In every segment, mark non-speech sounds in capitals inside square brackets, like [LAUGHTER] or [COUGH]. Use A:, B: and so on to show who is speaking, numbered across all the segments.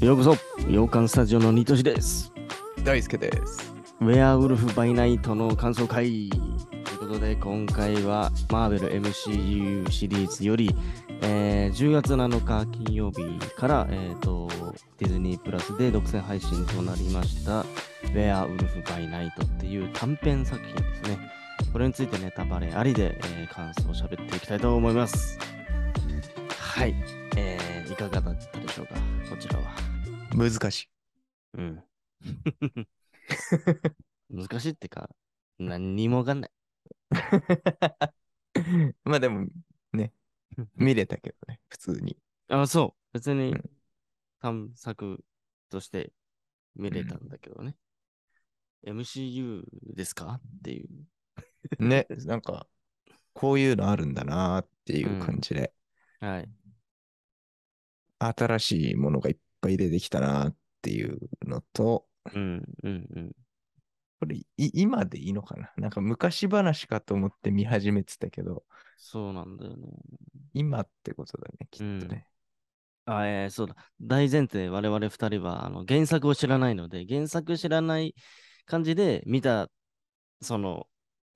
A: ようこそ洋館スタジオのニトシです
B: 大輔です。
A: ウェアウルフバイナイトの感想会ということで今回はマーベル MCU シリーズより、えー10月7日金曜日から、えー、とディズニープラスで独占配信となりました「ウェアウルフバイナイト」っていう短編作品ですねこれについてネタバレありで、えー感想を喋っていきたいと思いますはい、えーいかがだったでしょうかこちらは
B: 難しい。
A: [LAUGHS] うん。難しいってか、何にもわかんない。
B: [LAUGHS] まあでも、ね、見れたけどね、普通に。
A: あ、そう。別に
B: うん
A: 探索として見れたんだけどね。MCU ですかっていう。
B: ね、なんか、こういうのあるんだなーっていう感じで、
A: はい。
B: 新しいものがいっぱい出てきたなーっていうのと、
A: うん、うん、うん。
B: これい今でいいのかななんか昔話かと思って見始めてたけど、
A: そうなんだよね。
B: 今ってことだね、きっとね。
A: あ、えーそうだ。大前提、我々二人はあの原作を知らないので、原作知らない感じで見た、その、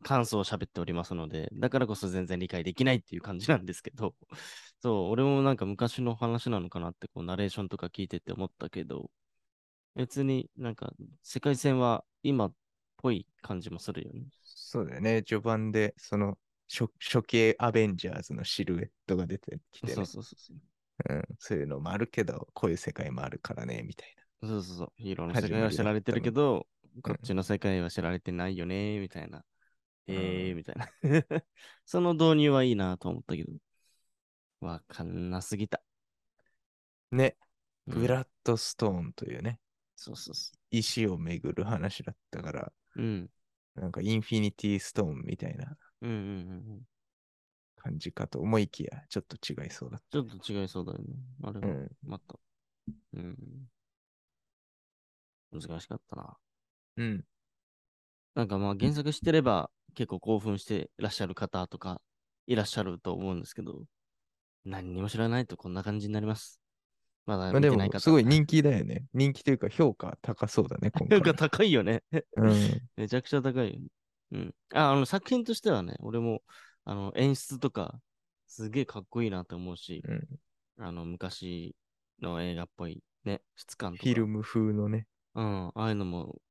A: 感想を喋っておりますので、だからこそ全然理解できないっていう感じなんですけど、 [LAUGHS] そう、俺もなんか昔の話なのかなって、こう、ナレーションとか聞いてて思ったけど、別になんか、世界線は今っぽい感じもするよね。
B: そうだよね、序盤で、その、初初期アベンジャーズのシルエットが出てきてね、
A: そうそうそうそう。
B: うん、そういうのもあるけど、こういう世界もあるからね、みたいな。
A: そうそうそう。ヒーローの世
B: 始まり
A: 界は知られてるけど、
B: た
A: こ
B: の
A: っちの世界は知られてないよね、みたいな。ええ
B: う
A: みたいな。 [LAUGHS] その導入はいいなと思ったけど、わかんなすぎた。
B: ね、
A: うん
B: ブラッドストーンというね、
A: そうそうそ
B: 石をめぐる話だったから、
A: う。うん。
B: なんかインフィニティストーンみたいな
A: うんうんうんうん。
B: 感じかと思いきや、ちょっと違いそうだっ
A: ちょっと違いそうだよね。あれ
B: た。う
A: は、
B: ん。
A: また。うん。難しかったな。
B: うん。
A: なんかまあ原作してれば結構興奮してらっしゃる方とかいらっしゃると思うんですけど、何にも知らないとこんな感じになります。まだ
B: まあ、
A: 見
B: で
A: てない
B: も、
A: 方。
B: すごい人気だよね。人気というか、評価高そうだね、
A: [LAUGHS]
B: 今回。
A: 評価高いよね。
B: うん。
A: めちゃくちゃ高いよね。うん。あ、あの作品としてはね、俺もあの演出とかすげえかっこいいなと思うし、
B: うん
A: あの昔の映画っぽいね、質感とか。
B: フィルム風のね。
A: うん、ああいうのも、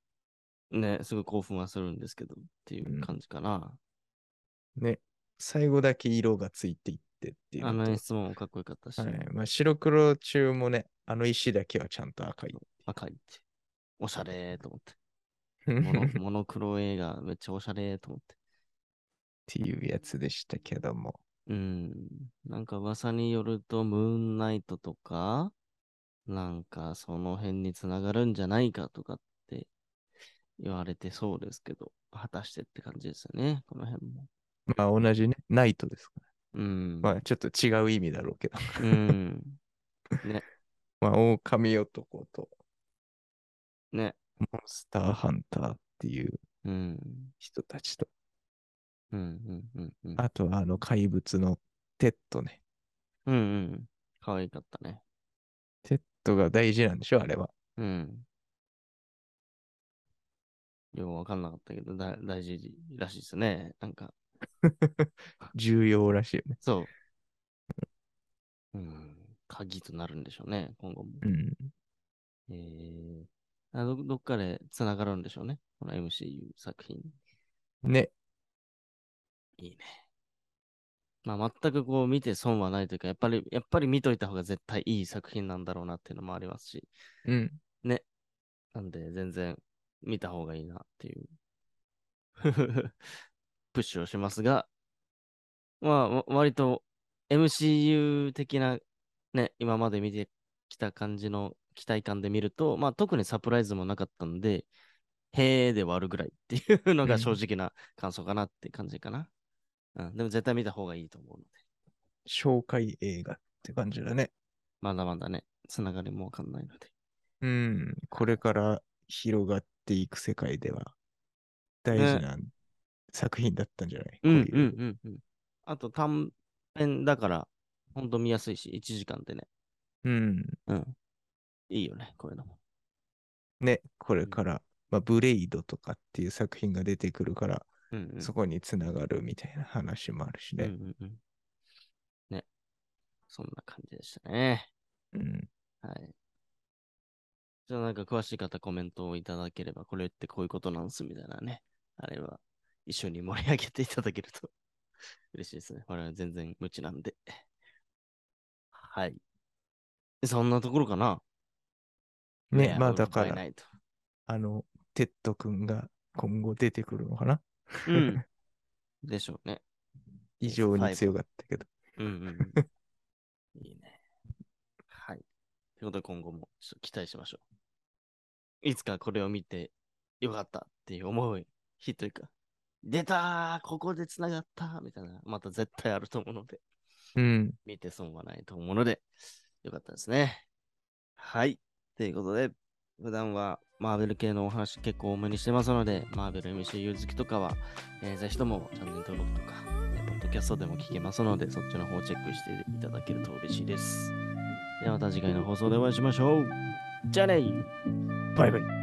A: ね、すごい興奮はするんですけど、っていう
B: うん
A: 感じかな。
B: ね。最後だけ色がついていってっていう
A: あ
B: の
A: の
B: と。
A: 演出もかっこよかったし、
B: はい。まあ、白黒中もね、あの石だけはちゃんと赤い。
A: 赤いって。おしゃれーと思って。モ
B: [LAUGHS]
A: ノモノクロ映画めっちゃおしゃれーと思って。
B: っていうやつでしたけども。
A: うん。なんか噂によると、ムーンナイトとか、なんかその辺につながるんじゃないかとかって言われてそうですけど、果たしてって感じですよね、この辺も。
B: まあ同じね、ナイトですから。
A: うん。
B: まあちょっと違う意味だろうけど。
A: うん。
B: まあ狼男と
A: ね。
B: モンスターハンターっていう
A: うん。
B: 人たちと、
A: うん。うん。うん。うん。
B: あとはあの怪物のテッドね。
A: うんうん。可愛かったね。
B: テッドが大事なんでしょ、あれは。
A: うん。よくわかんなかったけど、だ大事らしいですね。なんか、
B: 重要らしいよね。
A: そう。うん。鍵となるんでしょうね、今後も。
B: うん。
A: えーあど、どっかで繋がるんでしょうね。この MCU 作品。
B: ね、
A: いいね。まあ、全くこう見て損はないというか、やっぱり、やっぱり見といた方が絶対いい作品なんだろうなっていうのもありますし、
B: うん。
A: なんで全然見た方がいいなっていう [LAUGHS] プッシュをしますが、まあわ、割と MCU 的なね、今まで見てきた感じの期待感で見ると、まあ特にサプライズもなかったんで、へーで割るぐらいっていうの
B: う
A: が
B: ん
A: 正直な感想かなって感じかな。うん、でも絶対見た方がいいと思うので、
B: 紹介映画って感じだね。
A: まだまだね、つながりもわかんないので。
B: うん。これから広がっていく世界では大事な作品だったんじゃない、
A: うん
B: こ
A: う
B: ういうん
A: うんうん。あと短編だから、ほんと見やすいし、1時間でね。
B: うん。
A: うん。いいよね、こういうのも。
B: ね、これから、まあ、ブレイドとかっていう作品が出てくるから、
A: うん、うん。
B: そこにつながるみたいな話もある
A: う
B: し
A: ん
B: ね。
A: うんうん。ね。そんな感じでしたね。
B: うん。
A: はい。じゃあなんか詳しい方コメントをいただければ、これってこういうことなんすみたいなね。あれは一緒に盛り上げていただけると [LAUGHS] 嬉しいですね。我々全然無知なんで。はい。そんなところかな。
B: ね、ま
A: 会う
B: あ
A: こ
B: だ
A: と
B: か
A: は
B: ら
A: な、いと。
B: あの、テッド君が今後出てくるのかな
A: うん。 [LAUGHS] でしょうね。
B: 異常に強かったけど。
A: うんうん [LAUGHS] うん。いいね。はい。ということで今後もちょっと期待しましょう。いつかこれを見てよかったっていう思い、日というか、出たーここで繋がったーみたいな、また絶対あると思うので、
B: うん。
A: 見て損はないと思うので、よかったですね。はい。ということで、普段はマーベル系のお話結構多めにしてますので、マーベル MCU 好きとかは、えーぜひともチャンネル登録とか、えーポッドキャストでも聞けますので、そっちの方をチェックしていただけると嬉しいです。ではまた次回の放送でお会いしましょう。じゃあねー
B: バイバイ。